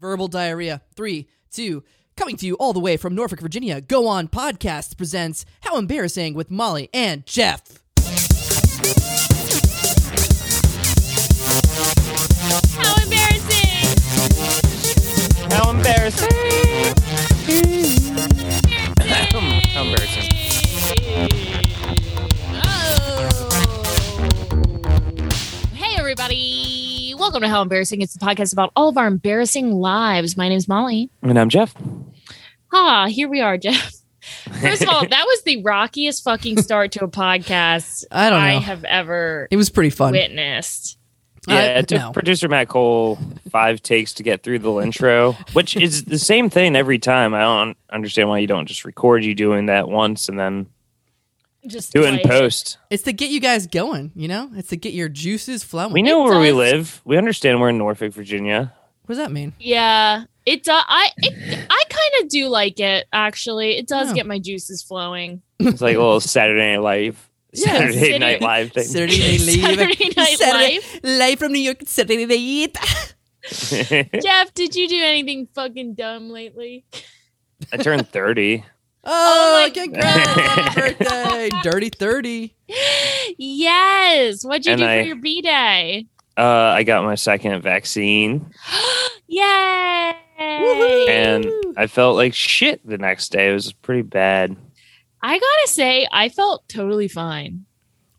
Verbal diarrhea. Three, two, coming to you all the way from Norfolk, Virginia. Go on podcast presents How Embarrassing with Molly and Jeff. How embarrassing! How embarrassing. How embarrassing. Oh. Hey, everybody. Welcome to How Embarrassing. It's the podcast about all of our embarrassing lives. My name's Molly. And I'm Jeff. Ah, here we are, Jeff. First of all, that was the rockiest fucking start to a podcast I don't know. have ever It was pretty fun. witnessed. I- Yeah, it took no. producer Matt Cole five takes to get through the intro, which is the same thing every time. I don't understand why you don't just record you doing that once and then Just do it in like- post. It's to get you guys going, you know? It's to get your juices flowing. We know It where we does. live. We understand we're in Norfolk, Virginia. What does that mean? Yeah, it. do- I it, I kind of do like it actually. It does Oh. get my juices flowing. It's like a little Saturday Night Live, Yeah, Saturday City- Night Live thing. Saturday Night Live. Saturday Night Live. Live from New York. Saturday Night. Jeff, did you do anything fucking dumb lately? I turned thirty. Oh, my congrats. Happy birthday. Dirty 30. Yes. What'd you And do I- for your B day? Uh, I got my second vaccine. Yay! Woohoo. and Ooh. I felt like shit the next day. It was pretty bad. I gotta say, I felt totally fine.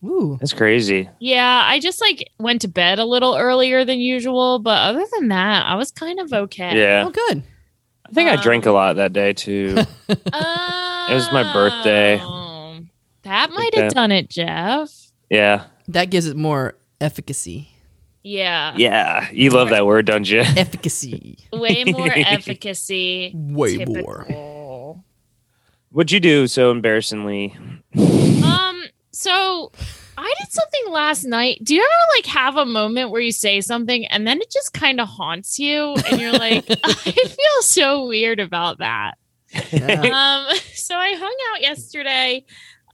Ooh. That's crazy. Yeah, I just like went to bed a little earlier than usual, but other than that, I was kind of okay. Yeah, Oh, good. I think I Um, drank a lot that day too. Oh, It was my birthday. That might have that. done it, Jeff. yeah, That gives it more efficacy. Yeah. yeah. You love that word, don't you? Efficacy. Way more efficacy. Way more. Typical. What'd you do so embarrassingly? Um, so I did something last night. Do you ever like have a moment where you say something and then it just kind of haunts you and you're like, I feel so weird about that. Yeah. Um, so I hung out yesterday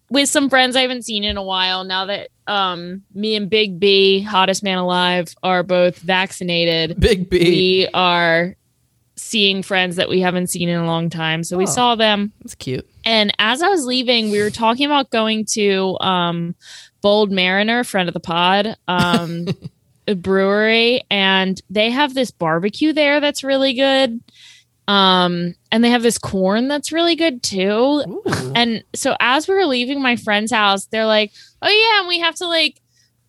with some friends I haven't seen in a while now that um me and Big B, hottest man alive, are both vaccinated Big B. we are seeing friends that we haven't seen in a long time. So we Oh. saw them. That's cute. And as I was leaving, we were talking about going to um, Bold Mariner, friend of the pod, um, a brewery, and they have this barbecue there that's really good. Um, and they have this corn that's really good too. Ooh. And so as we were leaving my friend's house, they're like, "Oh yeah, and we have to like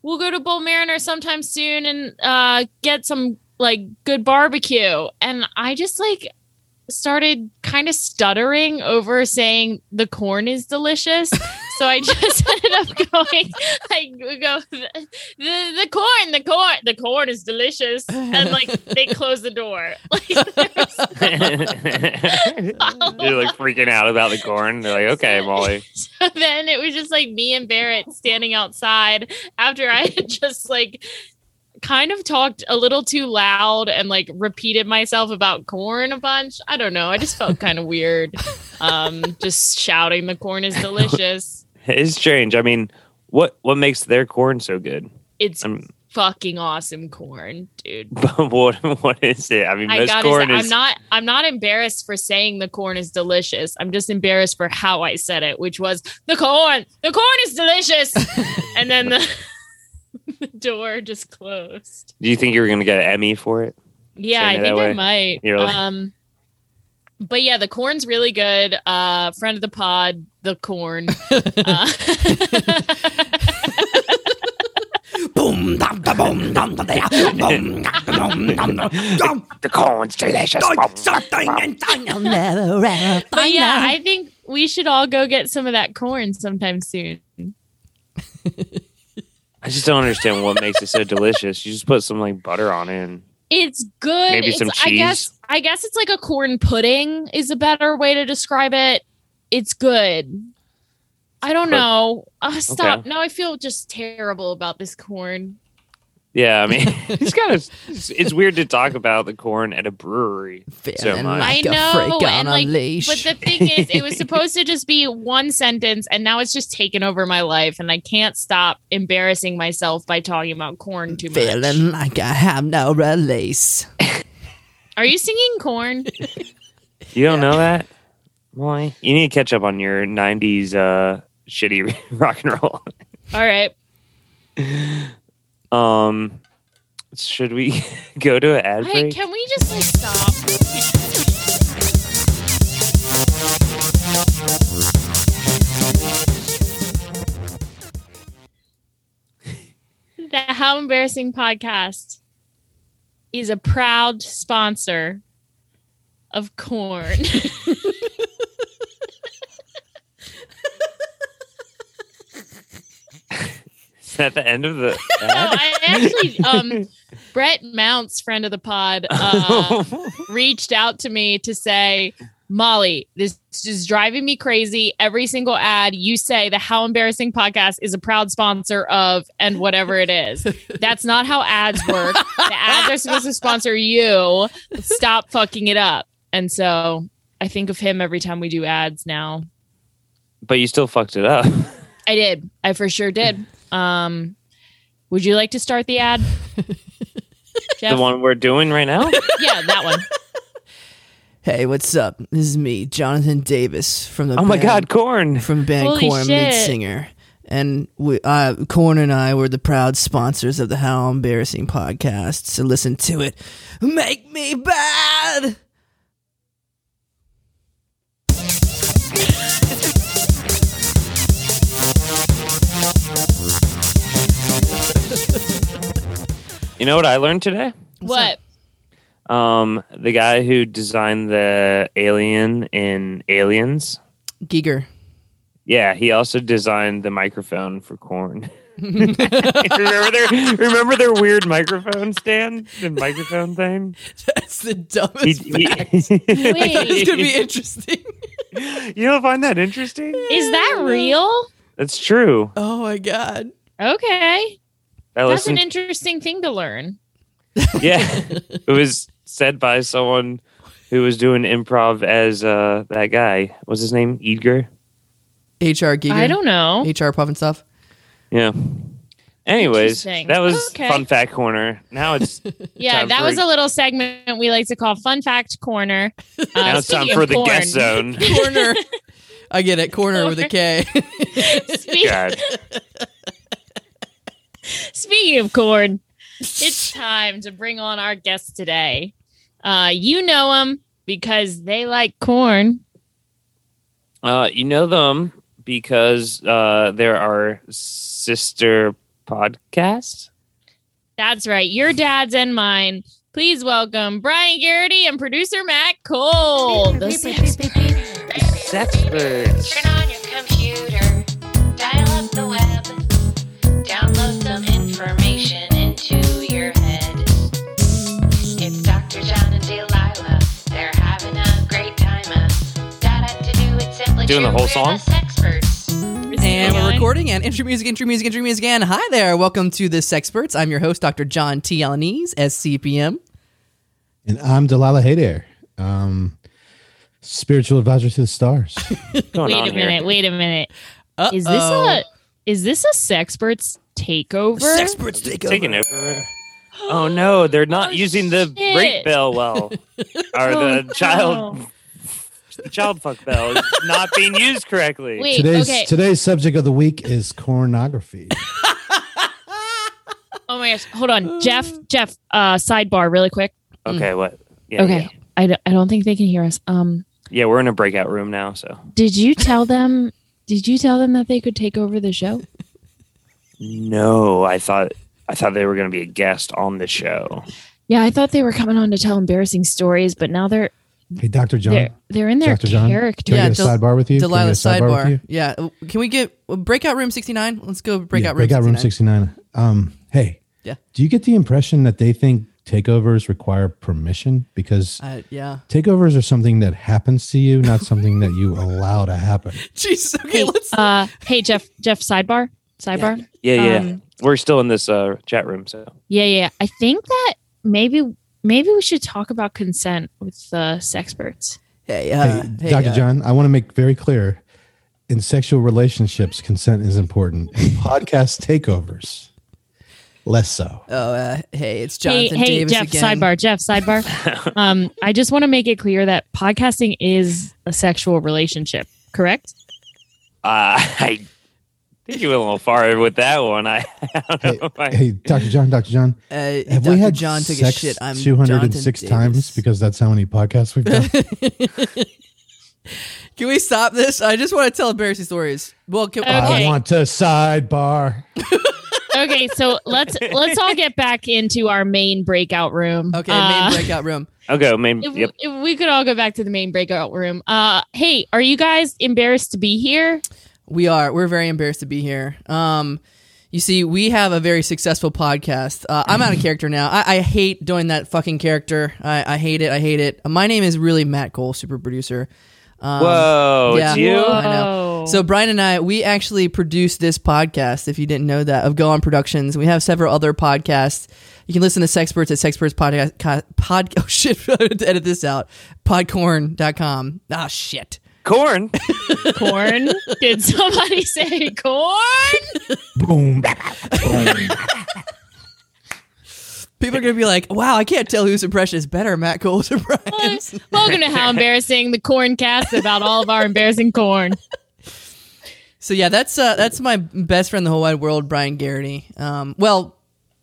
we'll go to Bull Mariner sometime soon and uh get some like good barbecue." And I just like started kind of stuttering over saying the corn is delicious. so I just ended up going I would go the, the the corn, the corn, the corn is delicious. And like they closed the door. Like there's- You're like freaking out about the corn. They're like, okay, Molly. so then it was just like me and Barrett standing outside after I had just like kind of talked a little too loud and like repeated myself about corn a bunch. I don't know. I just felt kind of weird. Um just shouting the corn is delicious. It's strange. I mean, what what makes their corn so good? It's I'm, fucking awesome corn, dude. but what what is it? I mean, I most gotta corn say, is I'm not I'm not embarrassed for saying the corn is delicious. I'm just embarrassed for how I said it, which was the corn, the corn is delicious. and then the, the door just closed. Do you think you were going to get an Emmy for it? Yeah, Saying I it think that I way. might. You're like- um but yeah, the corn's really good. Uh friend of the pod, the corn. Uh, boom, dum, da, boom, dum, da, da, boom, da, boom, dum, da, dum, The corn's delicious. dum, something and thing I'll never ever but find yeah, out. I think we should all go get some of that corn sometime soon. I just don't understand what makes it so delicious. You just put some like butter on it. And It's good. Maybe it's, some I guess cheese. I guess it's like a corn pudding is a better way to describe it. It's good. I don't But- know. Uh, stop. Now I feel just terrible about this corn. yeah, I mean, it's kind of it's weird to talk about the corn at a brewery. so Feeling much. like I a know, freak on and, a like, leash. But the thing is, it was supposed to just be one sentence, and now it's just taken over my life, and I can't stop embarrassing myself by talking about corn too much. Feeling like I have no release. Are you singing corn? You don't know that, Molly? You need to catch up on your '90s uh, shitty rock and roll. All right. Um, should we go to an ad Hey, break? can we just like stop? The How Embarrassing podcast is a proud sponsor of corn. Is that the end of the No, ad? I actually, um, Brett Mounts, friend of the pod, Oh, uh, reached out to me to say, Molly, this is driving me crazy. Every single ad you say, the How Embarrassing podcast is a proud sponsor of, and whatever it is. That's not how ads work. The ads are supposed to sponsor you. Stop fucking it up. And so I think of him every time we do ads now. but you still fucked it up. I did. I for sure did. Um, would you like to start the ad? Jeff? The one we're doing right now. Yeah, that one. Hey, what's up? This is me, Jonathan Davis from the Oh my band- God, corn! from the band Holy Corn shit. lead singer. And we, uh, Corn and I were the proud sponsors of the How Embarrassing podcast. So listen to it. Make me bad. You know what I learned today? What? Um, the guy who designed the alien in Aliens. Giger. Yeah, he also designed the microphone for corn. remember their remember their weird microphone stand and microphone thing. That's the dumbest. He- fact. he- That's gonna be Wait. interesting. you don't find that interesting? Is that real? That's true. Oh my god. Okay. I That's an listened. interesting thing to learn. yeah, it was said by someone who was doing improv as uh, that guy. What's his name? Edgar. HR Giger. I don't know. HR puff and stuff. Yeah. Anyways, Interesting. that was Okay. Uh, fun fact corner. Now it's Yeah, time that for- was a little segment we like to call Fun Fact Corner. Uh, now it's time speaking for of the corn- guest zone. Corner. I get it. Corner with a K. Speak- God. Speaking of corn, it's time to bring on our guest today. Uh, you know them because they like corn. Uh, you know them because uh, there are sister podcasts. That's right, your dad's and mine. Please welcome Brian Garrity and producer Matt Cole. The Sexperts. Turn on your computer, dial up the web, download some information into your head. It's Dr. John and Delilah. They're having a great time. uh, Got up to do it simply Doing the true. whole song? We're sexperts. Is it And we're going? recording and intro music, intro music, intro music, and hi there. Welcome to the Sexperts. I'm your host, Dr. John T. Alanese, SCPM. And I'm Delilah Haydair, um, spiritual advisor to the stars. What's going wait on a here? minute. Wait a minute. Uh-oh. Is this a is this a sexperts takeover? Sexperts take over. Taking over. Oh no, they're not Oh, using the shit. rape bell well, or Oh, the child no. the child fuck bell is not being used correctly. Wait. Today's okay. today's subject of the week is pornography. Oh my gosh. Hold on, Jeff. Jeff. Uh, sidebar, really quick. Okay, what? Yeah, okay. yeah. I, d- I don't think they can hear us. Um, yeah, we're in a breakout room now, so. did you tell them? Did you tell them that they could take over the show? No, I thought I thought they were going to be a guest on the show. Yeah, I thought they were coming on to tell embarrassing stories, but now they're Hey, Doctor John, they're they're in their Dr. John? character. can Yeah, I get a Del- sidebar with you? Can I get a Delilah with you? sidebar. Yeah. Uh, Can we get breakout room 69? Let's go breakout Yeah, room breakout 69. room sixty nine. Um, hey, Yeah. Do you get the impression that they think takeovers require permission because Uh, yeah. takeovers are something that happens to you, not something that you allow to happen? Jesus. Okay, Hey, let's. uh, hey, Jeff. Jeff. Sidebar. Sidebar. Yeah, yeah. Um, we're still in this uh, chat room, so Yeah, yeah. I think that maybe maybe we should talk about consent with the uh, sexperts. Hey, uh, hey, hey, Dr. uh, John, I want to make very clear in sexual relationships, consent is important. In podcast takeovers less so. Oh, uh, hey, it's Hey, Jonathan hey, Davis Jeff, again. sidebar, Jeff, sidebar. um, I just want to make it clear that podcasting is a sexual relationship, correct? Uh, I think you went a little far with that one. I, I don't know. Hey, if I- hey, Dr. John, Dr. John, Uh, have Dr. we had John took sex a shit. I'm 206 Jonathan times Davis. because that's how many podcasts we've done? Can we stop this? I just want to tell embarrassing stories. Well, can, I Okay. want to sidebar. Okay, so let's let's all get back into our main breakout room. okay, Uh, main breakout room. I'll go. Maybe. If, Yep. if we could all go back to the main breakout room. Uh, hey, are you guys embarrassed to be here? We are. We're very embarrassed to be here. Um, you see, we have a very successful podcast. Uh, I'm out of character now. I, I hate doing that fucking character. I, I hate it. I hate it. My name is really Matt Cole, super producer. Um, Whoa, yeah. it's you. Oh, I know. Whoa. So Brian and I, we actually produce this podcast. If you didn't know that, of Go On Productions, we have several other podcasts. You can listen to Sexperts at Sexperts Podcast. co- Pod, oh shit! I have to edit this out. Podcorn.com. Ah shit. Corn. corn? Did somebody say corn? Boom. People are gonna be like, "Wow, I can't tell whose impression is better, Matt Cole's or Oh Brian's." Welcome to How Embarrassing, the corn cast about all of our embarrassing corn. So yeah, that's uh, that's my best friend in the whole wide world, Brian Garrity. Um, well,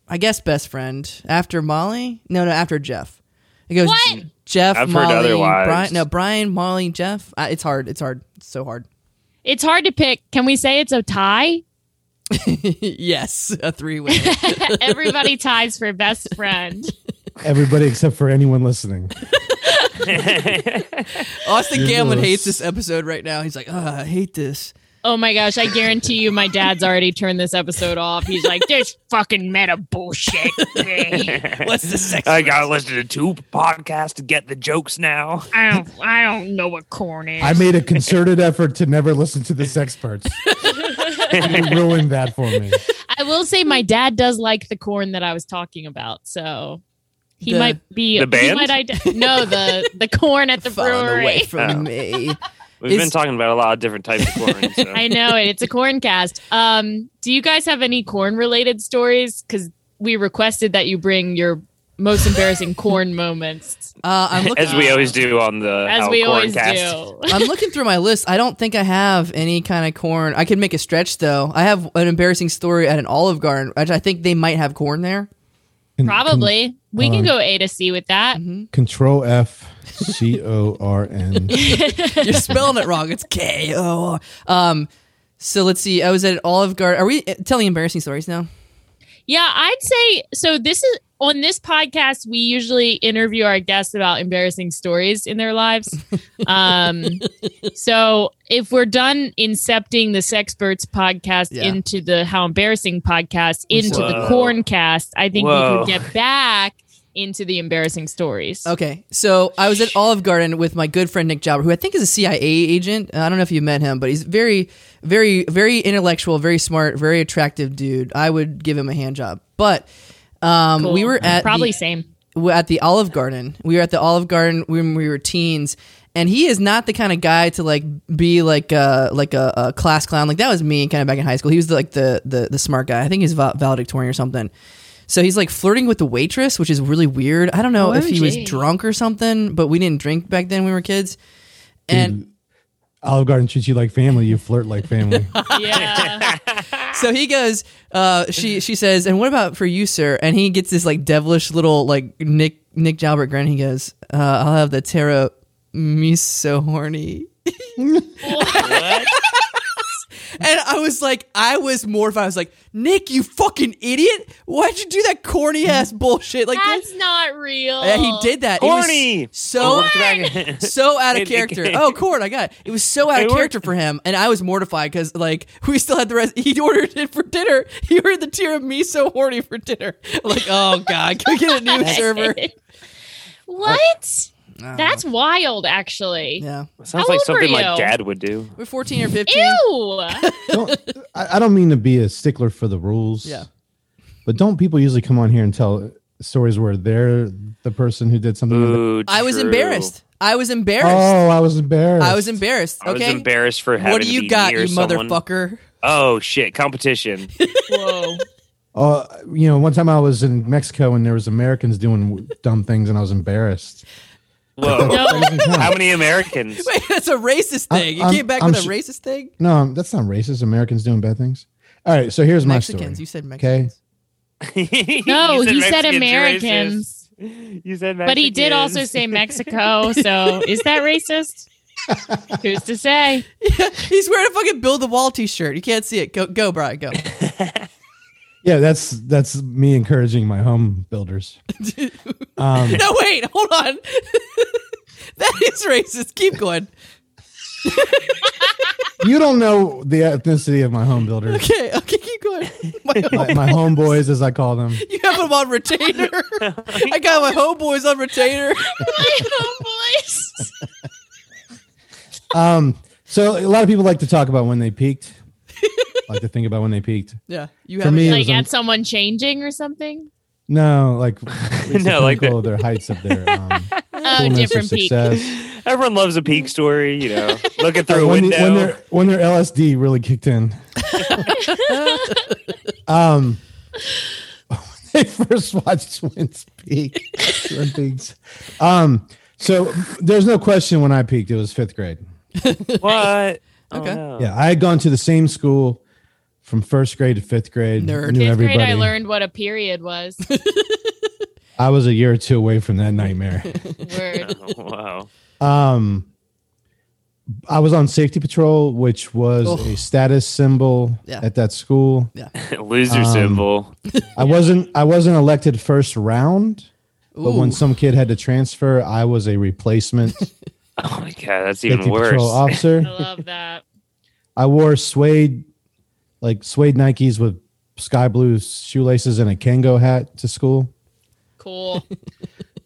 I guess best friend after Molly. No, no, after Jeff. It goes What? Jeff, I've heard Molly, otherwise. Brian. No, Brian, Molly, Jeff. Uh, it's hard. It's hard. It's so hard. It's hard to pick. Can we say it's a tie? yes, a three way. Everybody ties for best friend. Everybody except for anyone listening. Austin Gamlin Yes. hates this episode right now. He's like, oh, I hate this. Oh my gosh, I guarantee you my dad's already turned this episode off. He's like, this fucking meta bullshit. thing. What's the sex? I gotta listen to two podcasts to get the jokes now. I don't I don't know what corn is. I made a concerted effort to never listen to this experts. you ruined that for me. I will say my dad does like the corn that I was talking about, so he The- might be The He band? might ident- no, the the corn at the Falling brewery. away from Oh. me. We've It's- been talking about a lot of different types of corn. So. I know it. It's a corn cast. Um, do you guys have any corn related stories? Because we requested that you bring your most embarrassing corn moments, Uh, I'm looking. As we always do on the as Al we Corn always cast. do. I'm looking through my list. I don't think I have any kind of corn. I could make a stretch though. I have an embarrassing story at an Olive Garden. I I think they might have corn there. Con- Probably. We can on. go A to C with that. Mm-hmm. con- control F C O R N. You're spelling it wrong. It's K O. Um. So let's see. I was at an Olive Garden. Are we uh, telling embarrassing stories now? Yeah, I'd say so. This is on this podcast, we usually interview our guests about embarrassing stories in their lives. Um, so if we're done incepting the Sexperts podcast Yeah. into the How Embarrassing podcast, I'm into sorry. the Whoa. Corn cast, I think Whoa. we could get back into the embarrassing stories. Okay, so I was at Olive Garden with my good friend Nick Jobber, who I think is a CIA agent. Uh, I don't know if you met him, but he's very, very, very intellectual, very smart, very attractive dude. I would give him a hand job. But um, Cool. we were at probably the, same. we're at the Olive Garden. We were at the Olive Garden when we were teens, and he is not the kind of guy to like be like a like a, a class clown. Like that was me kind of back in high school. He was like the the the smart guy. I think he's val- valedictorian or something. So he's like flirting with the waitress, which is really weird. I don't know if he was OMG. drunk or something, but we didn't drink back then. when We were kids, and Olive Garden treats you like family. You flirt like family. Yeah. so he goes uh she she says and what about for you sir and he gets this like devilish little like nick nick jalbert grin he goes uh i'll have the taro me so horny and I was like, I was mortified. I was like, Nick, you fucking idiot! Why'd you do that corny ass bullshit? Like, That's not real. yeah, he did that. It was Corny! Oh, so so out of It- it- character. oh, Cord, I got it. It was so out It of worked. character for him, and I was mortified because like we still had the rest. He ordered it for dinner. He ordered the tiramisu horny for dinner. Like, oh god, can we get a new server? What? I don't That's wild, actually. know. yeah. Sounds How like old were something my you? dad would do. We're fourteen or fifteen. Ew. Don't- I, I don't mean to be a stickler for the rules. Yeah. But don't people usually come on here and tell stories where they're the person who did something? Ooh, I was true. embarrassed. I was embarrassed. Oh, I was embarrassed. I was embarrassed. I was Okay. embarrassed for having What do to you be Oh, got, near you someone. motherfucker? Oh shit! Competition. Whoa. uh, you know, one time I was in Mexico and there was Americans doing w- dumb things, and I was embarrassed. Whoa. No. That doesn't count. How many Americans? Wait, that's a racist I- thing. you I'm- came back I'm with sh- a racist thing. No, um, that's not racist. Americans doing bad things. All right, so here's my Mexicans. story. You said Mexicans. No, he said Mexicans, you're Americans. racist. You said Mexicans. But he did also say Mexico. So is that racist? Who's to say? He's wearing a fucking build the wall T-shirt. You can't see it. Go, go, Brian. Go. Yeah, that's that's me encouraging my home builders. Um, no, wait. Hold on. that is racist. Keep going. you don't know the ethnicity of my home builders, Okay. Okay. Keep going. My- my, my homeboys as I call them. you have them on retainer. I got my homeboys on retainer. My homeboys. Um, so a lot of people like to talk about when they peaked. like to think about when they peaked. Yeah. You For have me- me. Like on- at someone changing or something. No, like No, like pinnacle of their heights of their um, Oh, fullness of different peak. success. Everyone loves a peak story, you know, looking through a Uh, when, window. The, when their when their LSD really kicked in. um, when they first watched Twins Peak. Twin Peaks. Um, so there's no question when I peaked, it was fifth grade. what? Oh, Okay. Yeah, I had gone to the same school from first grade to fifth grade. Nerd. Knew Fifth everybody. grade, I learned what a period was. I was a year or two away from that nightmare. Word. Oh, wow. um, I was on safety patrol, which was Oh. a status symbol Yeah. at that school. Loser Um, symbol. I wasn't I wasn't elected first round, but Ooh. when some kid had to transfer, I was a replacement Oh my god, that's even safety worse. patrol officer. I love that. I wore suede like suede Nikes with sky blue shoelaces and a Kango hat to school. Cool.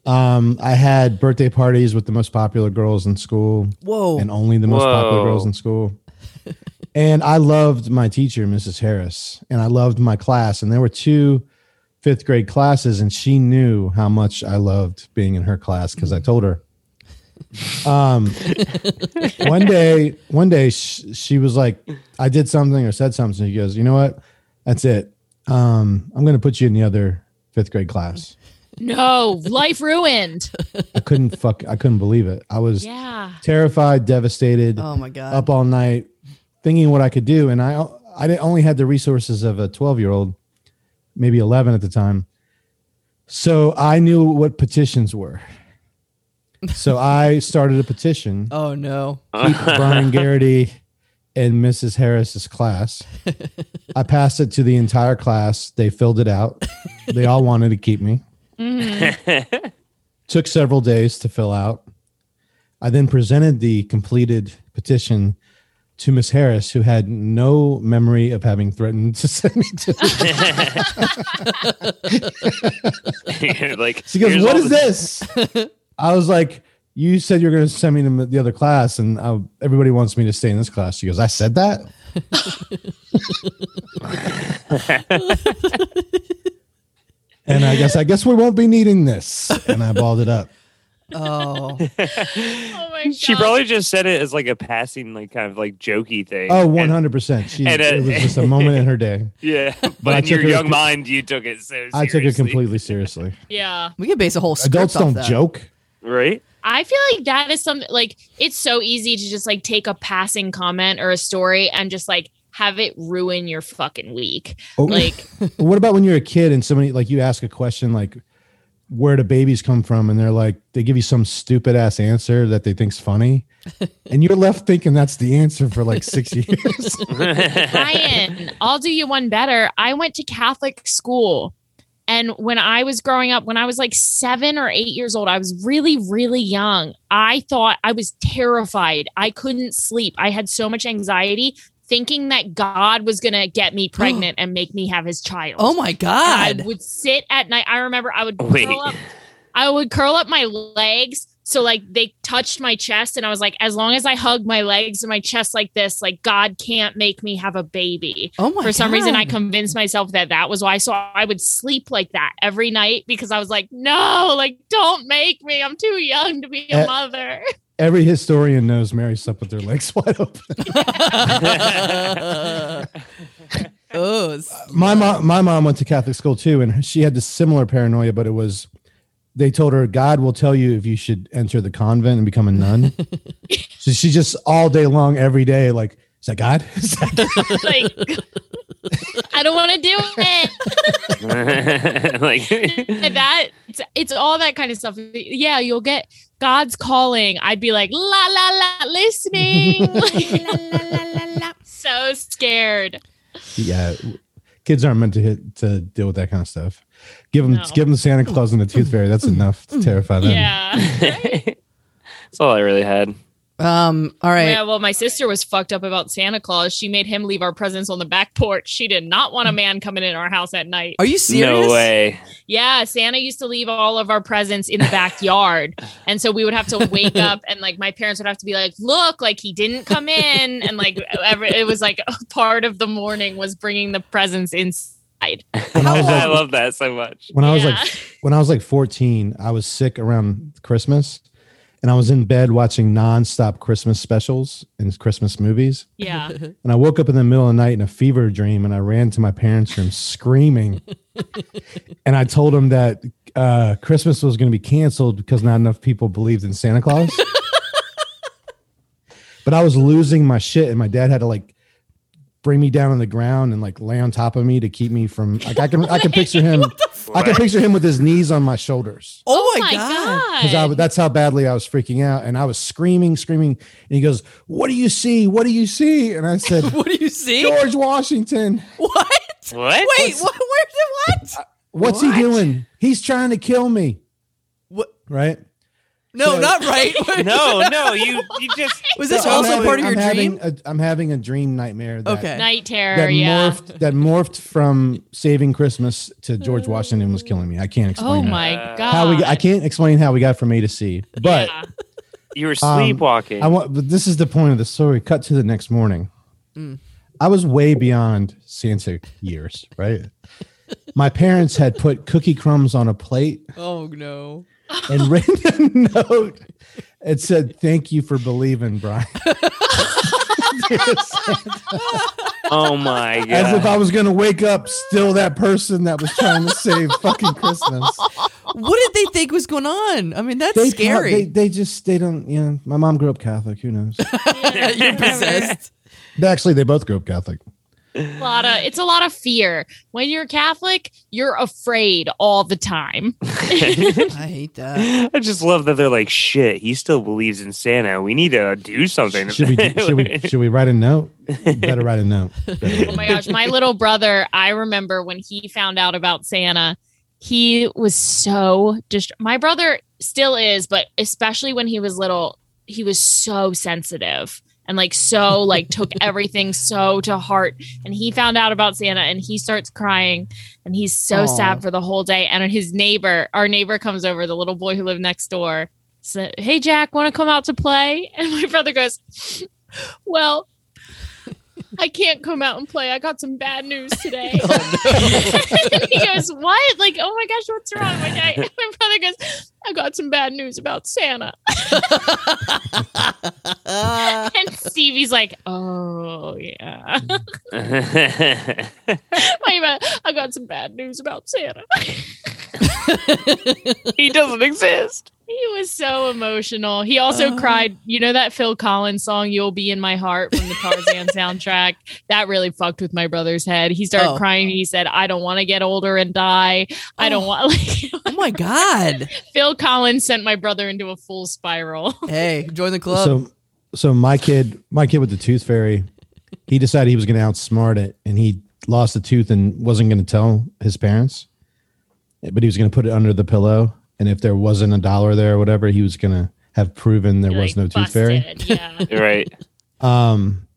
Um, I had birthday parties with the most popular girls in school Whoa. and only the most popular Whoa. girls in school. and I loved my teacher, Mrs. Harris, and I loved my class. And there were two fifth grade classes, and she knew how much I loved being in her class because I told her. Um, one day, one day sh- she was like, I did something or said something. She goes, You know what? That's it. Um, I'm going to put you in the other fifth grade class. No, life ruined. I couldn't fuck, I couldn't believe it. I was Yeah. terrified, devastated Oh my god. up all night thinking what I could do. And I, I di- only had the resources of a 12 year old, maybe 11 at the time. So I knew what petitions were. So I started a petition. oh no. Keep Brian Garrity in Mrs. Harris's class. I passed it to the entire class. They filled it out. They all wanted to keep me. Mhm. Took several days to fill out. I then presented the completed petition to Miss Harris, who had no memory of having threatened to send me to. You're like, She goes, here's "What all is the- this?" I was like, "You said you were going to send me to the other class, and I, everybody wants me to stay in this class." She goes, "I said that." and I guess I guess we won't be needing this. And I balled it up. Oh. Oh my god. She probably just said it as like a passing, like kind of like jokey thing. Oh, And- 100%. She, and, uh, it was just a moment in her day. Yeah, but, But I in your took it- young mind, you took it so. Seriously. I took it completely seriously. Yeah. We can base a whole script Adults off don't that. joke. right. I feel like that is something like it's so easy to just like take a passing comment or a story and just like have it ruin your fucking week. Oh, Like what about when you're a kid and somebody like you ask a question like where do babies come from and they're like they give you some stupid ass answer that they think's funny and you're left thinking that's the answer for like six years Ryan, I'll do you one better. I went to Catholic school. And when I was growing up, when I was like seven or eight years old, I was really, really young. I thought I was terrified. I couldn't sleep. I had so much anxiety thinking that God was going to get me pregnant and make me have his child. Oh my And I god. would sit at night. I remember I would Wait. curl up. I would curl up my legs so like they touched my chest, and I was like, as long as I hug my legs and my chest like this, like God can't make me have a baby. Oh my. For some reason, I God. convinced myself that that was why. So I would sleep like that every night because I was like, no, like don't make me. I'm too young to be a Eh. mother. every historian knows mary slept with their legs wide open O's. my mom my mom went to catholic school too and she had this similar paranoia but it was they told her god will tell you if you should enter the convent and become a nun so she just all day long every day like is that god Is that God?" like I don't want to do it. like, And that it's, it's all that kind of stuff. Yeah, you'll get God's calling. I'd be like la la la listening. Like, la, la, la, la, la. So scared. yeah kids aren't meant to hit to deal with that kind of stuff give them No. give them santa claus and the tooth fairy that's enough to terrify them Yeah. that's all I really had. Um. All right. Yeah, well, my sister was fucked up about Santa Claus. She made him leave our presents on the back porch. She did not want a man coming in our house at night. Are you serious? No way. Yeah, Santa used to leave all of our presents in the backyard. and so we would have to wake up and like my parents would have to be like, "Look, like he didn't come in." And like every, it was like part of the morning was bringing the presents inside. when i was I like love that so much. when i was like Yeah. when I was like 14, I was sick around Christmas and I was in bed watching nonstop Christmas specials and Christmas movies. Yeah. And I woke up in the middle of the night in a fever dream and I ran to my parents' room screaming. and I told them that uh, Christmas was going to be canceled because not enough people believed in Santa Claus. but I was losing my shit and my dad had to like bring me down on the ground and like lay on top of me to keep me from like I can I can picture him I can picture him with his knees on my shoulders Oh, my god. because I that's how badly I was freaking out, and I was screaming, screaming. And he goes, "What do you see? What do you see?" And I said, What do you see? "George Washington. What? What? Wait. What? Where's the what? What's What? he doing? He's trying to kill me." What? Right? No, So- not right. No, no, you you just Was this I'm also having- part of your I'm dream? having a- I'm having a dream nightmare. That, Okay. Night terror, That yeah. morphed that morphed from Saving Christmas to George Washington was killing me. I can't oh explain how- my Uh, god. how we. I can't explain how we got from A to C, but. Yeah. you were sleepwalking. Um, I want. But this is the point of the story. Cut to the next morning. Mm. I was way beyond Santa years, right? My parents had put cookie crumbs on a plate Oh no. and written a note. It said, "Thank you for believing, Brian." oh my god. As if I was going to wake up still that person that was trying to save fucking Christmas. What did they think was going on? I mean, that's They, They, scary. they just they don't. You know, my mom grew up Catholic. Who knows? You're possessed. Actually, they both grew up Catholic. a lot of it's a lot of fear. When you're Catholic, you're afraid all the time. I hate that. I just love that they're like, shit, he still believes in Santa. We need to do something. Should we? Should we? Should we write a note? Better write a note. Oh my gosh, my little brother, I remember when he found out about Santa, he was so just my brother still is, but especially when he was little, he was so sensitive and like so like took everything so to heart and he found out about Santa and he starts crying and he's so Aw. sad for the whole day and his neighbor, our neighbor comes over, the little boy who lived next door. said, "Hey Jack, want to come out to play?" And my brother goes, "Well, I can't come out and play. I got some bad news today. and he goes, What? Like, oh my gosh, what's wrong? My, dad, my brother goes, I got some bad news about Santa. Uh, And Stevie's like, Oh, yeah. we? My bad. I got some bad news about Santa. he doesn't exist. He was so emotional. He also Oh. cried. You know that Phil Collins song, You'll Be in My Heart from the Tarzan soundtrack? That really fucked with my brother's head. He started Oh. crying. He said, I don't want to get older and die. I don't Oh. want, like, oh my god. Phil Collins sent my brother into a full spiral. Hey, join the club. So, so my kid, my kid with the tooth fairy, he decided he was going to outsmart it, and he lost a tooth and wasn't going to tell his parents, but he was going to put it under the pillow, and if there wasn't a dollar there or whatever, he was going to have proven there was Like, no tooth fairy. busted, Yeah. Right. Um,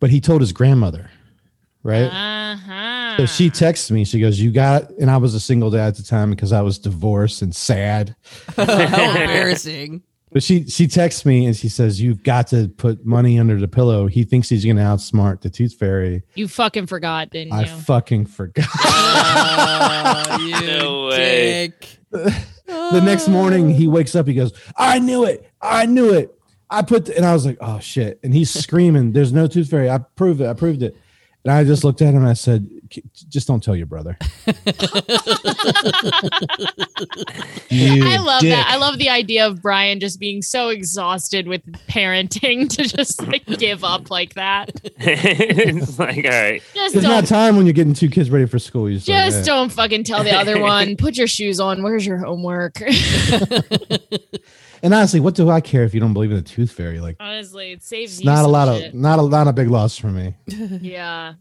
but he told his grandmother, right? Uh-huh. So she texts me. She goes, "You got," and I was a single dad at the time because I was divorced and sad. How embarrassing. But she she texts me and she says, "You've got to put money under the pillow." He thinks he's going to outsmart the tooth fairy. you fucking forgot, didn't I you? fucking forgot. Uh, you No way. dick. the next morning, he wakes up. He goes, "I knew it. I knew it. I put." The, and I was like, "Oh shit!" And he's screaming, "There's no tooth fairy. I proved it. I proved it." And I just looked at him and I said, "K- "Just don't tell your brother." You I love dick. that. I love the idea of Brian just being so exhausted with parenting to just like give up like that. it's like, all right. Just There's not don't, time when you're getting two kids ready for school. You just, like, just "Eh." don't fucking tell the other one. Put your shoes on. Where's your homework? And honestly, what do I care if you don't believe in the tooth fairy? Like, Honestly, it saves it's you not a some lot shit. of not a lot of big loss for me. Yeah,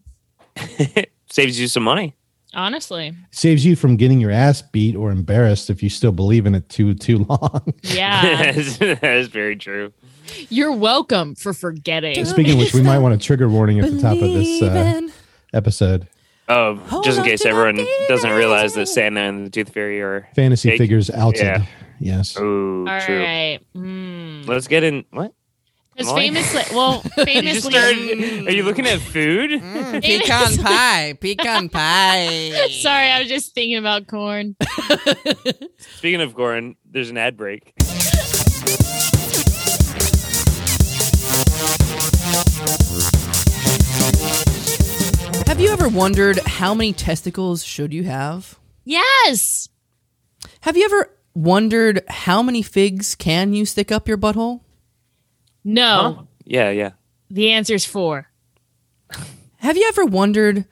Saves you some money. honestly, saves you from getting your ass beat or embarrassed if you still believe in it too too long. yeah. That's very true. You're welcome for forgetting. Speaking of which, we might want a trigger warning at the top of this uh, Believing. episode. Oh, Hold just in on case to my everyone doesn't baby. realize that Santa and the Tooth Fairy are. Fantasy Take- figures outed. yeah. Yes. Oh, All true. right. Let's get in. What? Because Molly? famously, well, You just famously, hmm, started, are you looking at food? Mm, pecan pie. Pecan pie. sorry, I was just thinking about corn. Speaking of Gorin, there's an ad break. Have you ever wondered how many testicles should you have? Yes. Have you ever wondered how many figs can you stick up your butthole? Oh. No. Yeah, yeah. The answer's four. Have you ever wondered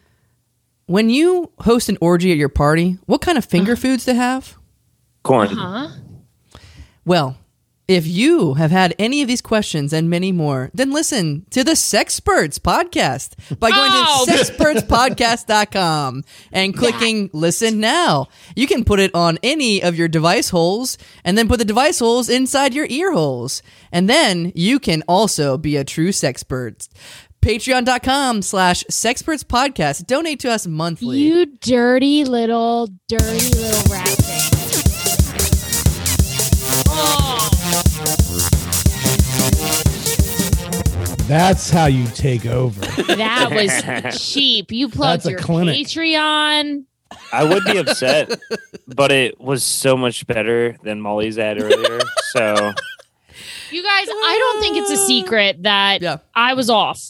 when you host an orgy at your party, what kind of finger foods to have? Corn. Huh? Well, if you have had any of these questions and many more, then listen to the Sexperts podcast by going Oh! to sexpertspodcast.com and clicking listen now. You can put it on any of your device holes and then put the device holes inside your ear holes. And then you can also be a true sexpert. Patreon.com slash sexperts podcast. Donate to us monthly. You dirty little, dirty little rat thing. Oh, That's how you take over. that was cheap. You plugged That's a your clinic. Patreon. I would be upset, but it was so much better than Molly's ad earlier. So You guys, I don't think it's a secret that Ah. Yeah. I was off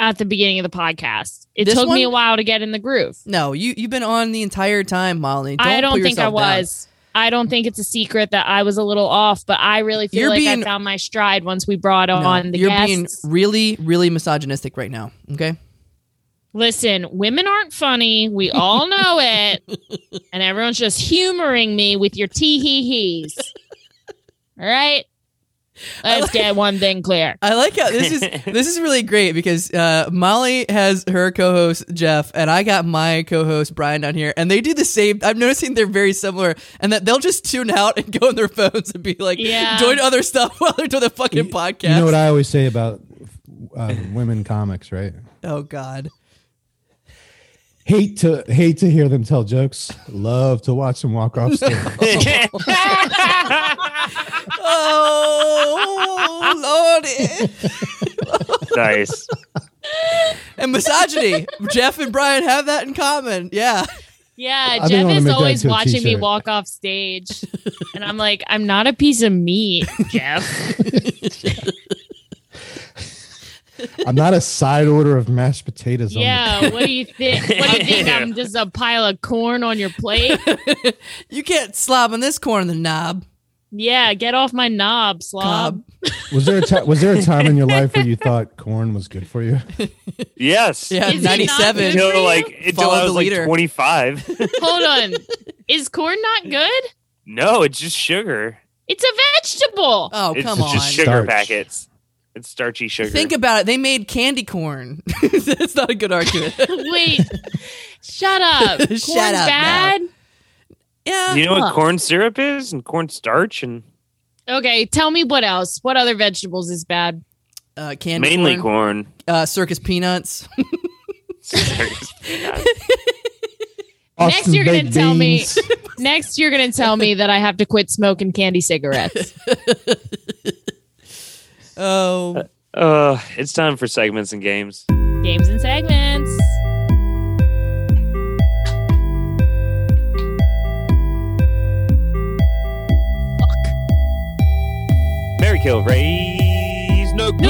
at the beginning of the podcast. It This took me one? a while to get in the groove. No, you, you've been on the entire time, Molly. Don't I don't put think I yourself down. was. I don't think it's a secret that I was a little off, but I really feel You're like being- I found my stride once we brought on No, the you're guests. being really really misogynistic right now okay Listen, women aren't funny. We all know it. and everyone's just humoring me with your tee hee hees. All right. Let's get one thing clear. i like how this is this is really great because uh, molly has her co-host jeff and i got my co-host brian down here and they do the same i'm noticing they're very similar and that they'll just tune out and go on their phones and be like Yeah. doing other stuff while they're doing the fucking podcast You know what I always say about uh, women comics, right? oh god Hate to hate to hear them tell jokes. Love to watch them walk off stage. oh lordy nice. and misogyny jeff and brian have that in common yeah Yeah, think I Jeff wanna is make that always into a watching me t-shirt. walk off stage. and I'm like, I'm not a piece of meat, Jeff. I'm not a side order of mashed potatoes. on the- yeah, what do you think? What do you think? I'm just a pile of corn on your plate? you can't slob on this corner of the knob Yeah, get off my knob, Cob. slob. was there a ti- was there a time in your life where you thought corn was good for you? Yes. yeah Is it not 97 good for Until you? like until Follow I was the like leader. 25. Hold on. Is corn not good? no, it's just sugar. It's a vegetable. Oh, it's come just on. sugar Starch. packets. It's starchy sugar. Think about it. They made candy corn. That's not a good argument. Wait. Shut up. Shut Corn's up now. bad. yeah. you know what corn syrup is and corn starch and Okay, tell me what else. What other vegetables is bad? uh, candy mainly corn. corn. Uh, circus peanuts. Next Austin you're gonna baked tell me- beans. Next, you're going to tell me that I have to quit smoking candy cigarettes. Oh. Uh, it's time for segments and games. Games and segments. Mary kill raise no. What?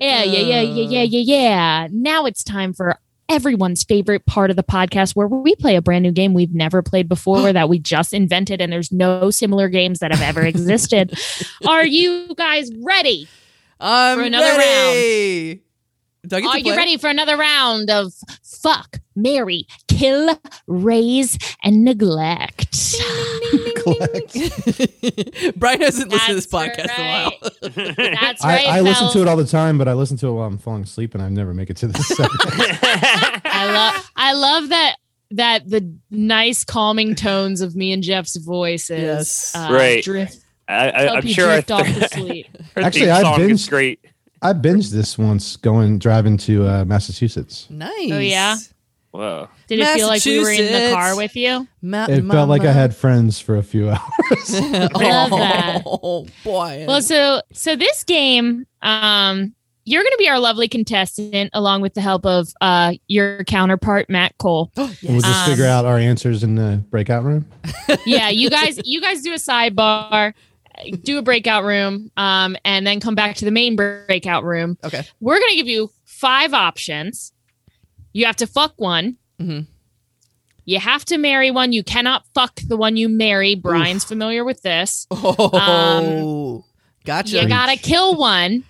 Yeah, yeah, yeah, yeah, yeah, yeah, yeah. Now it's time for everyone's favorite part of the podcast where we play a brand new game we've never played before that we just invented and there's no similar games that have ever existed. Are you guys ready? I'm Uh, For another round. ready. Do I get to Are you play? ready for another round of fuck, marry, kill, raise, and neglect? Brian hasn't listened to this That's podcast right. Oh, in a while. That's I, right. I listen fellas. to it all the time, but I listen to it while I'm falling asleep, and I never make it to the second. I love I love that that the nice calming tones of me and Jeff's voices. Yes. Right. Drift, I, I, help I'm you sure our, drift off th- to sleep. our Actually, theme I've song been- is great. I binged this once going driving to uh, Massachusetts. nice. Oh, yeah? Whoa. Did it feel like we were in the Massachusetts. car with you? Uh, It felt like I had friends for a few hours. Love that. Oh boy. Well, so so this game, um, you're going to be our lovely contestant along with the help of uh your counterpart Matt Cole. We'll just Um, figure out our answers in the breakout room. yeah, you guys, you guys do a sidebar, do a breakout room, um, and then come back to the main breakout room. Okay. We're gonna give you five options. You have to fuck one. Mhm. You have to marry one. You cannot fuck the one you marry. Brian's familiar with this. oh, gotcha. um, You gotta kill one.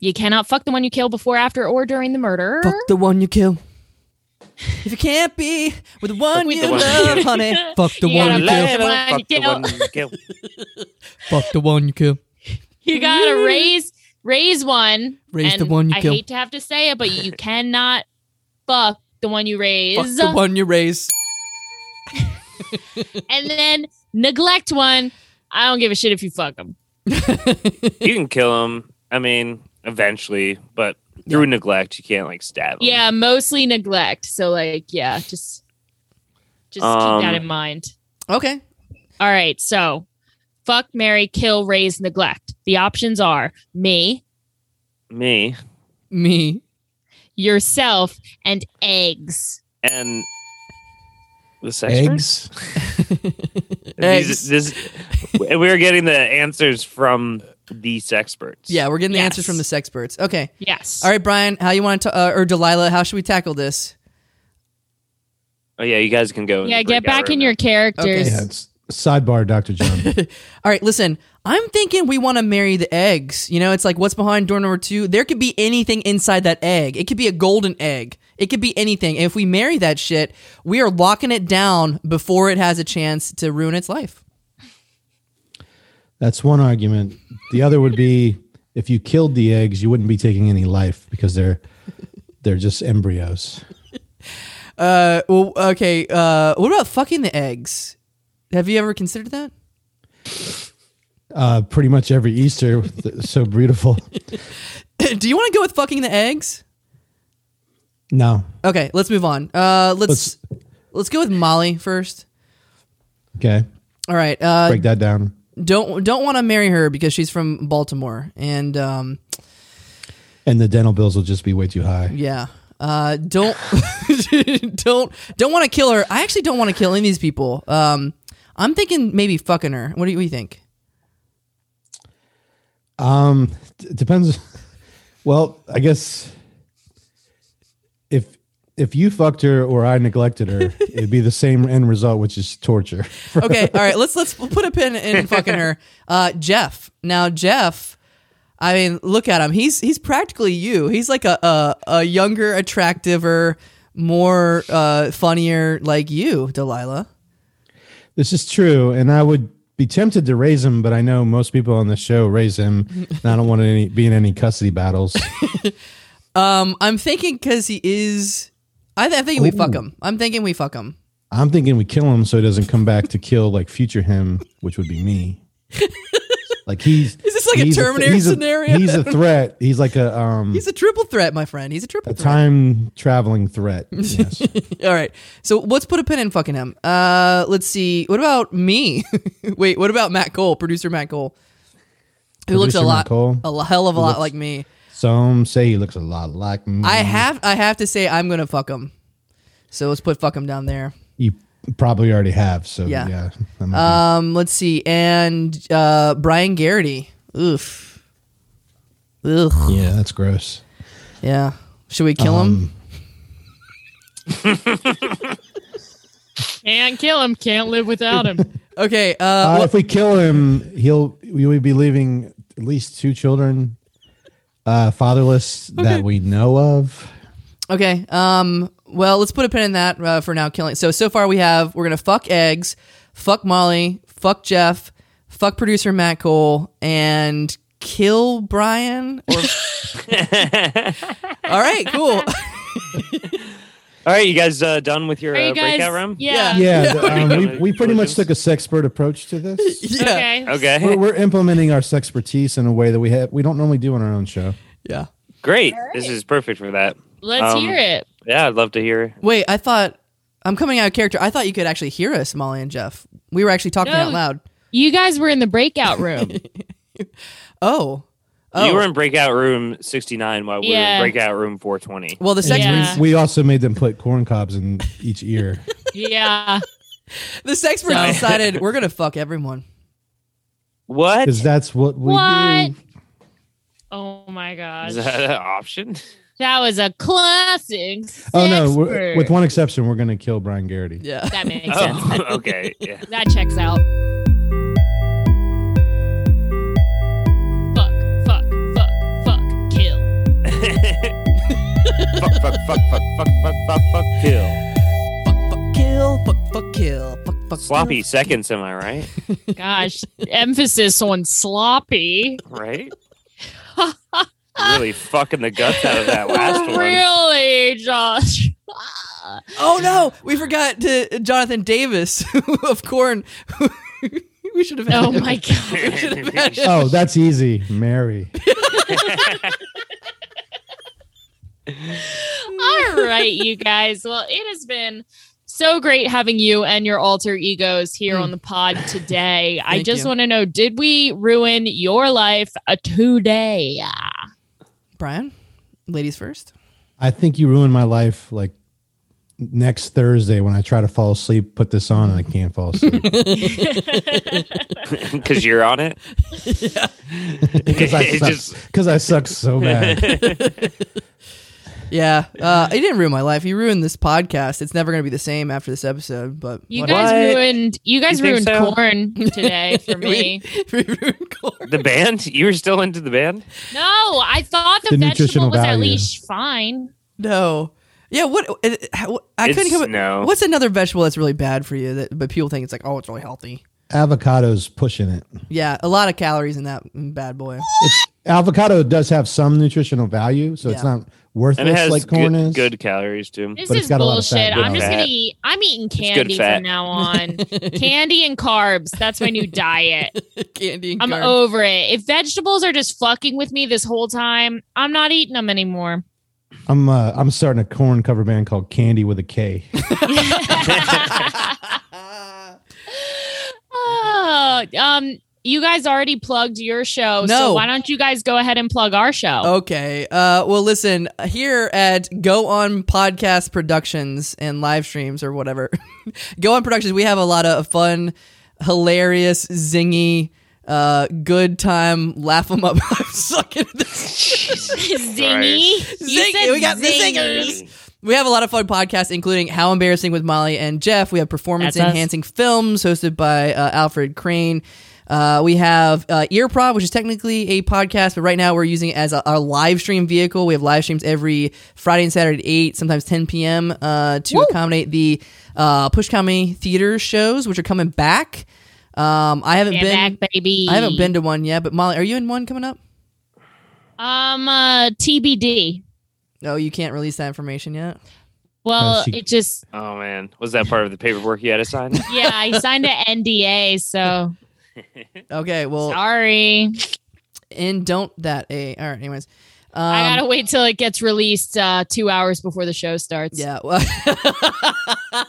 You cannot fuck the one you kill before, after, or during the murder. Fuck the one you kill. If you can't be with the one With you the one you love, kill. honey, fuck the You one gotta you love kill. it. one Fuck the kill. one you kill. Fuck the one you kill. You gotta raise raise one. Raise the and one you I kill. hate to have to say it, but you cannot fuck the one you Fuck raise. the one you raise. and then neglect one. I don't give a shit if you fuck them. You can kill him. I mean, eventually, but through neglect, you can't like stab him. Yeah, mostly neglect. So like, yeah, just just Um, keep that in mind. Okay. All right, so fuck, Mary, kill, raise, neglect. The options are me, Me Me. yourself, and eggs. and the sex Eggs. Eggs. These, this, we were getting the answers from the sexperts. Yeah, we're getting the Yes. answers from the sexperts. Okay. Yes. All right, Brian, how you want to, uh, or Delilah, how should we tackle this? Oh yeah, you guys can go. in Yeah, the get breakout back in room your now. characters. Yeah, it's sidebar, Doctor John. All right, listen. I'm thinking we want to marry the eggs. You know, it's like what's behind door number two. There could be anything inside that egg. It could be a golden egg. It could be anything. And if we marry that shit, we are locking it down before it has a chance to ruin its life. That's one argument. The other would be if you killed the eggs, you wouldn't be taking any life because they're they're just embryos. Uh, well, okay. Uh, what about fucking the eggs? Have you ever considered that? Uh, pretty much every Easter, th- so beautiful. Do you want to go with fucking the eggs? No, Okay, let's move on. Uh, let's let's, go with Molly first. okay, All right. Uh, break that down. don't don't want to marry her because she's from Baltimore and um And the dental bills will just be way too high. yeah. Uh don't don't don't want to kill her. I actually don't want to kill any of these people. Um I'm thinking maybe fucking her. What do you, what do you think? Um, d- depends. Well, I guess if if you fucked her or I neglected her, it'd be the same end result, which is torture. Okay, all right. Let's let's put a pin in fucking her. Uh Jeff. Now Jeff I mean, look at him. He's he's practically you. He's like a a, a younger, attractiver, more uh funnier like you, Delilah. This is true, and I would be tempted to raise him, but I know most people on the show raise him, and I don't want any be in any custody battles. Um, I'm thinking because he is. I th- I'm thinking we fuck him. I'm thinking we fuck him. I'm thinking we kill him so he doesn't come back to kill like future him, which would be me. Like he's Is this like a he's th- Terminator he's a- scenario? he's a threat. He's like a um He's a triple threat, my friend. He's a triple a threat. time traveling threat. Yes. All right. So let's put a pin in fucking him. Uh, let's see. What about me? Wait. What about Matt Cole, producer Matt Cole, who looks a Producer lot, Matt Cole? Mm-hmm. a l- hell of a lot like me? Some say he looks a lot like me. I have. I have to say, I'm gonna fuck him. So let's put fuck him down there. You probably already have. So Yeah. yeah. that might be- uh, Um, let's see. And uh, Brian Garrity. Oof. Ugh. Yeah, that's gross. Yeah. Should we kill him? Um, Can't kill him. Can't live without him. Okay. Uh, Uh, well- if we kill him, he'll we would be leaving at least two children uh, fatherless that we know of. Okay. Um. Well, let's put a pin in that uh, for now. Killing. So so far we have we're gonna fuck eggs, fuck Molly, fuck Jeff, fuck producer Matt Cole, and kill Brian. Or- All right. Cool. All right, you guys uh, done with your Are uh, you guys? breakout room? Yeah. Yeah, the- um, we, Yeah. we pretty much took a sexpert approach to this. yeah. Okay. Okay, We're, we're implementing our sexpertise in a way that we have we don't normally do on our own show. Yeah. great. This is perfect for that. Let's Um, hear it. Yeah, I'd love to hear. Wait. I thought I'm coming out of character. I thought you could actually hear us, Molly and Jeff. We were actually talking No. out loud. You guys were in the breakout room. Oh. Oh. You were in breakout room 69 while we Yeah. were in breakout room 420. Oh. well, the And sex Yeah. we, we also made them put corn cobs in each ear. yeah. the sex expert So- decided we're gonna fuck everyone. What? Because that's what we What? do. Oh my gosh. Is that an option? That was a classic. Oh no, sex we're, word. with one exception, we're gonna kill Brian Garrity. Yeah. That makes sense. Oh, okay. Yeah. That checks out. Fuck, fuck, fuck, fuck, kill. fuck, fuck, fuck, fuck, fuck, fuck, fuck, fuck, kill. Fuck. Fuck. Kill. Fuck. Fuck. Kill. Fuck. Fuck. Sloppy seconds, am I right? Gosh, emphasis on sloppy. Right? really fucking the guts out of that last one. really, Josh. Oh no, we forgot to uh, Jonathan Davis of Corn. we should have. Had Oh him. my god. We should have had him. Oh, that's easy, Mary. All right, you guys. Well, it has been so great having you and your alter egos here Mm. on the pod today. I Thank just you. want to know did we ruin your life uh, today? Brian, ladies first. I think you ruined my life like next Thursday when I try to fall asleep, put this on and I can't fall asleep Because you're on it? because I, It suck- just- 'cause I suck so bad. Yeah, uh, he didn't ruin my life. He ruined this podcast. It's never going to be the same after this episode. But You whatever. guys What? ruined you guys You ruined think so? corn today for me. we ruined Corn. The band? You were still into the band? no, I thought the, The vegetable nutritional was at value. least fine. No. Yeah. What? It, how- I couldn't It's- come. up- no. What's another vegetable that's really bad for you? That but people think it's like oh it's really healthy. Avocados pushing it. Yeah, a lot of calories in that mm, bad boy. It's, avocado does have some nutritional value, so it's Yeah. not And it worthless has like corn good, is. good calories too. This But it's is got a lot of bullshit. fat. I'm just Fat. gonna eat I'm eating good candy fat. from now on. candy and carbs. That's my new diet. Candy. And I'm carbs. over it. If vegetables are just fucking with me this whole time, I'm not eating them anymore. I'm uh, I'm starting a corn cover band called Candy with a K. Ah. oh, um, you guys already plugged your show, No. so why don't you guys go ahead and plug our show? Okay. Uh, well, listen, here at Go On Podcast Productions and live streams or whatever, Go On Productions, we have a lot of fun, hilarious, zingy, uh, good time, laugh 'em up. I'm sucking at this. zingy. You Zing- said we got the zingy. zingers. We have a lot of fun podcasts, including How Embarrassing with Molly and Jeff. We have Performance That's us. Enhancing Films, hosted by uh, Alfred Crane. Uh, we have uh, Earprov, which is technically a podcast, but right now we're using it as a, our live stream vehicle. We have live streams every Friday and Saturday at 8, sometimes 10 p.m., uh, to accommodate the uh, Push Comedy Theater shows, which are coming back. Um, I haven't Stand been. back, baby. I haven't been to one yet, but Molly, are you in one coming up? Um, uh, TBD. No, you can't release that information yet. Well, Uh, she- it just Oh man, was that part of the paperwork you had to sign? yeah, I signed an NDA, so Okay, well, sorry. and don't that a. All right, anyways. Um, I gotta wait till it gets released uh, two hours before the show starts. Yeah. Well,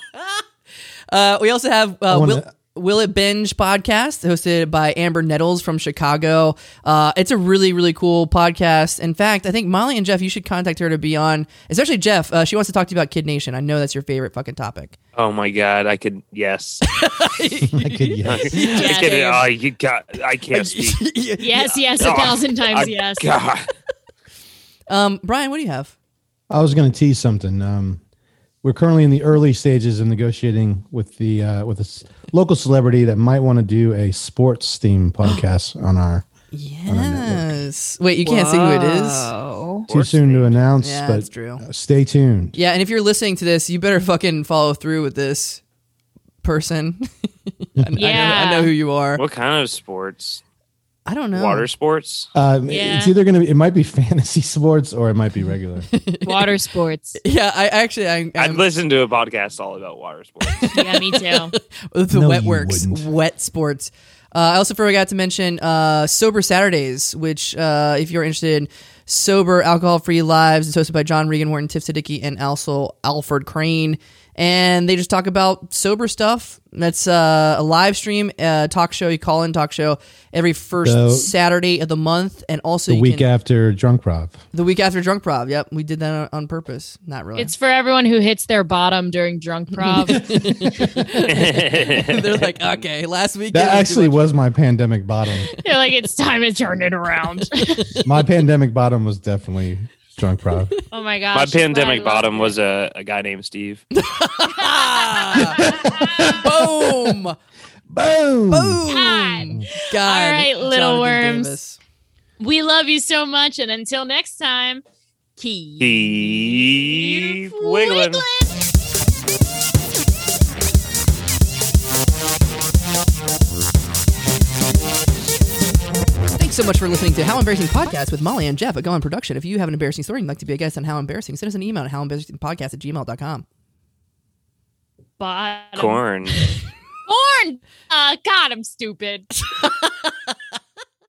uh, we also have I uh, wanna- Will, Will It Binge podcast hosted by Amber Nettles from Chicago. Uh, it's a really, really cool podcast. In fact, I think Molly and Jeff, you should contact her to be on, especially Jeff. Uh, she wants to talk to you about Kid Nation. I know that's your favorite fucking topic. oh my god, I could yes. I could yes. I, Yes. could, oh, you got, I can't speak. Yes, yes, Oh, a thousand times I- yes. God. Um, Brian, what do you have? I was going to tease something. Um, we're currently in the early stages of negotiating with the uh, with a s- local celebrity that might want to do a sports theme podcast on our. Yes. Wait, you can't see who it is. Whoa. Too soon to announce, Yeah, but that's true. uh, stay tuned. Yeah, and if you're listening to this, you better fucking follow through with this person. I, kn- I, Yeah. know, I know who you are. What kind of sports? I don't know. Water sports? Uh, It's Yeah. either going to be it might be fantasy sports or it might be regular. Water sports. Yeah, I actually, I, I'd I'm, listen to a podcast all about water sports. Yeah, me too. the No, wet you works, wouldn't. wet sports. Uh, I also forgot to mention uh, Sober Saturdays, which uh, if you're interested in sober, alcohol-free lives, it's hosted by John Regan, Horton, Tiff Siddiqui, and also Alfred Crane. And they just talk about sober stuff. That's uh, a live stream uh, talk show. You call in talk show every first So- Saturday of the month, and also the you week can, after drunk prop. the week after Drunk Prov. Yep, we did that on, on purpose. Not really. It's for everyone who hits their bottom during drunk prov. They're like, okay, last week That actually was my pandemic bottom. They're like, it's time to turn it around. my pandemic bottom was definitely drunk prop. oh my gosh. My that's why I pandemic love bottom it. was a, a guy named Steve. Ah! boom. Boom. Boom. God. God. All right, little Jonathan worms. Davis. We love you so much. And until next time, keep. Steve Wiggling. Thanks so much for listening to How Embarrassing Podcast with Molly and Jeff at Gone Production. If you have an embarrassing story and you'd like to be a guest on How Embarrassing, send us an email at howembarrassingpodcast at gmail.com. Bottom. Corn. Corn. Uh, God, I'm stupid.